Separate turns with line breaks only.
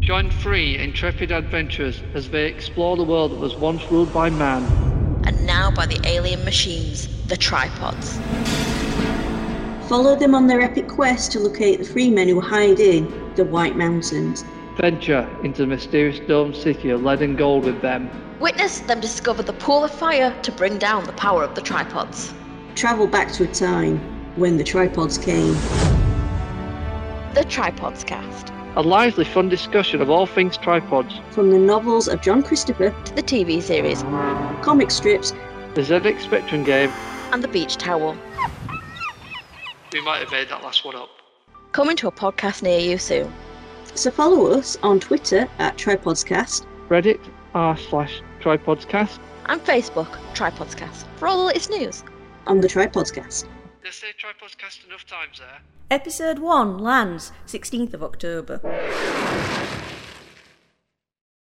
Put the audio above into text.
Join three intrepid adventurers as they explore the world that was once ruled by man.
and now by the alien machines, the tripods.
Follow them on their epic quest to locate the three men who hide in the White Mountains.
Venture into the mysterious dome city of lead and gold with them.
Witness them discover the pool of fire to bring down the power of the tripods.
Travel back to a time when the tripods came.
The Tripods Cast,
A lively, fun discussion of all things tripods,
From the novels of John Christopher,
to the TV series,
comic strips,
the ZX Spectrum game.
and the beach towel.
We might have made that last one up.
Coming to a podcast near you soon.
so follow us on Twitter at Tripodscast.
Reddit r slash tripodscast.
And Facebook, Tripods Cast, for all the latest news.
On the Tripodscast.
Did I say tripodscast enough times there?
Episode 1 lands 16th of October.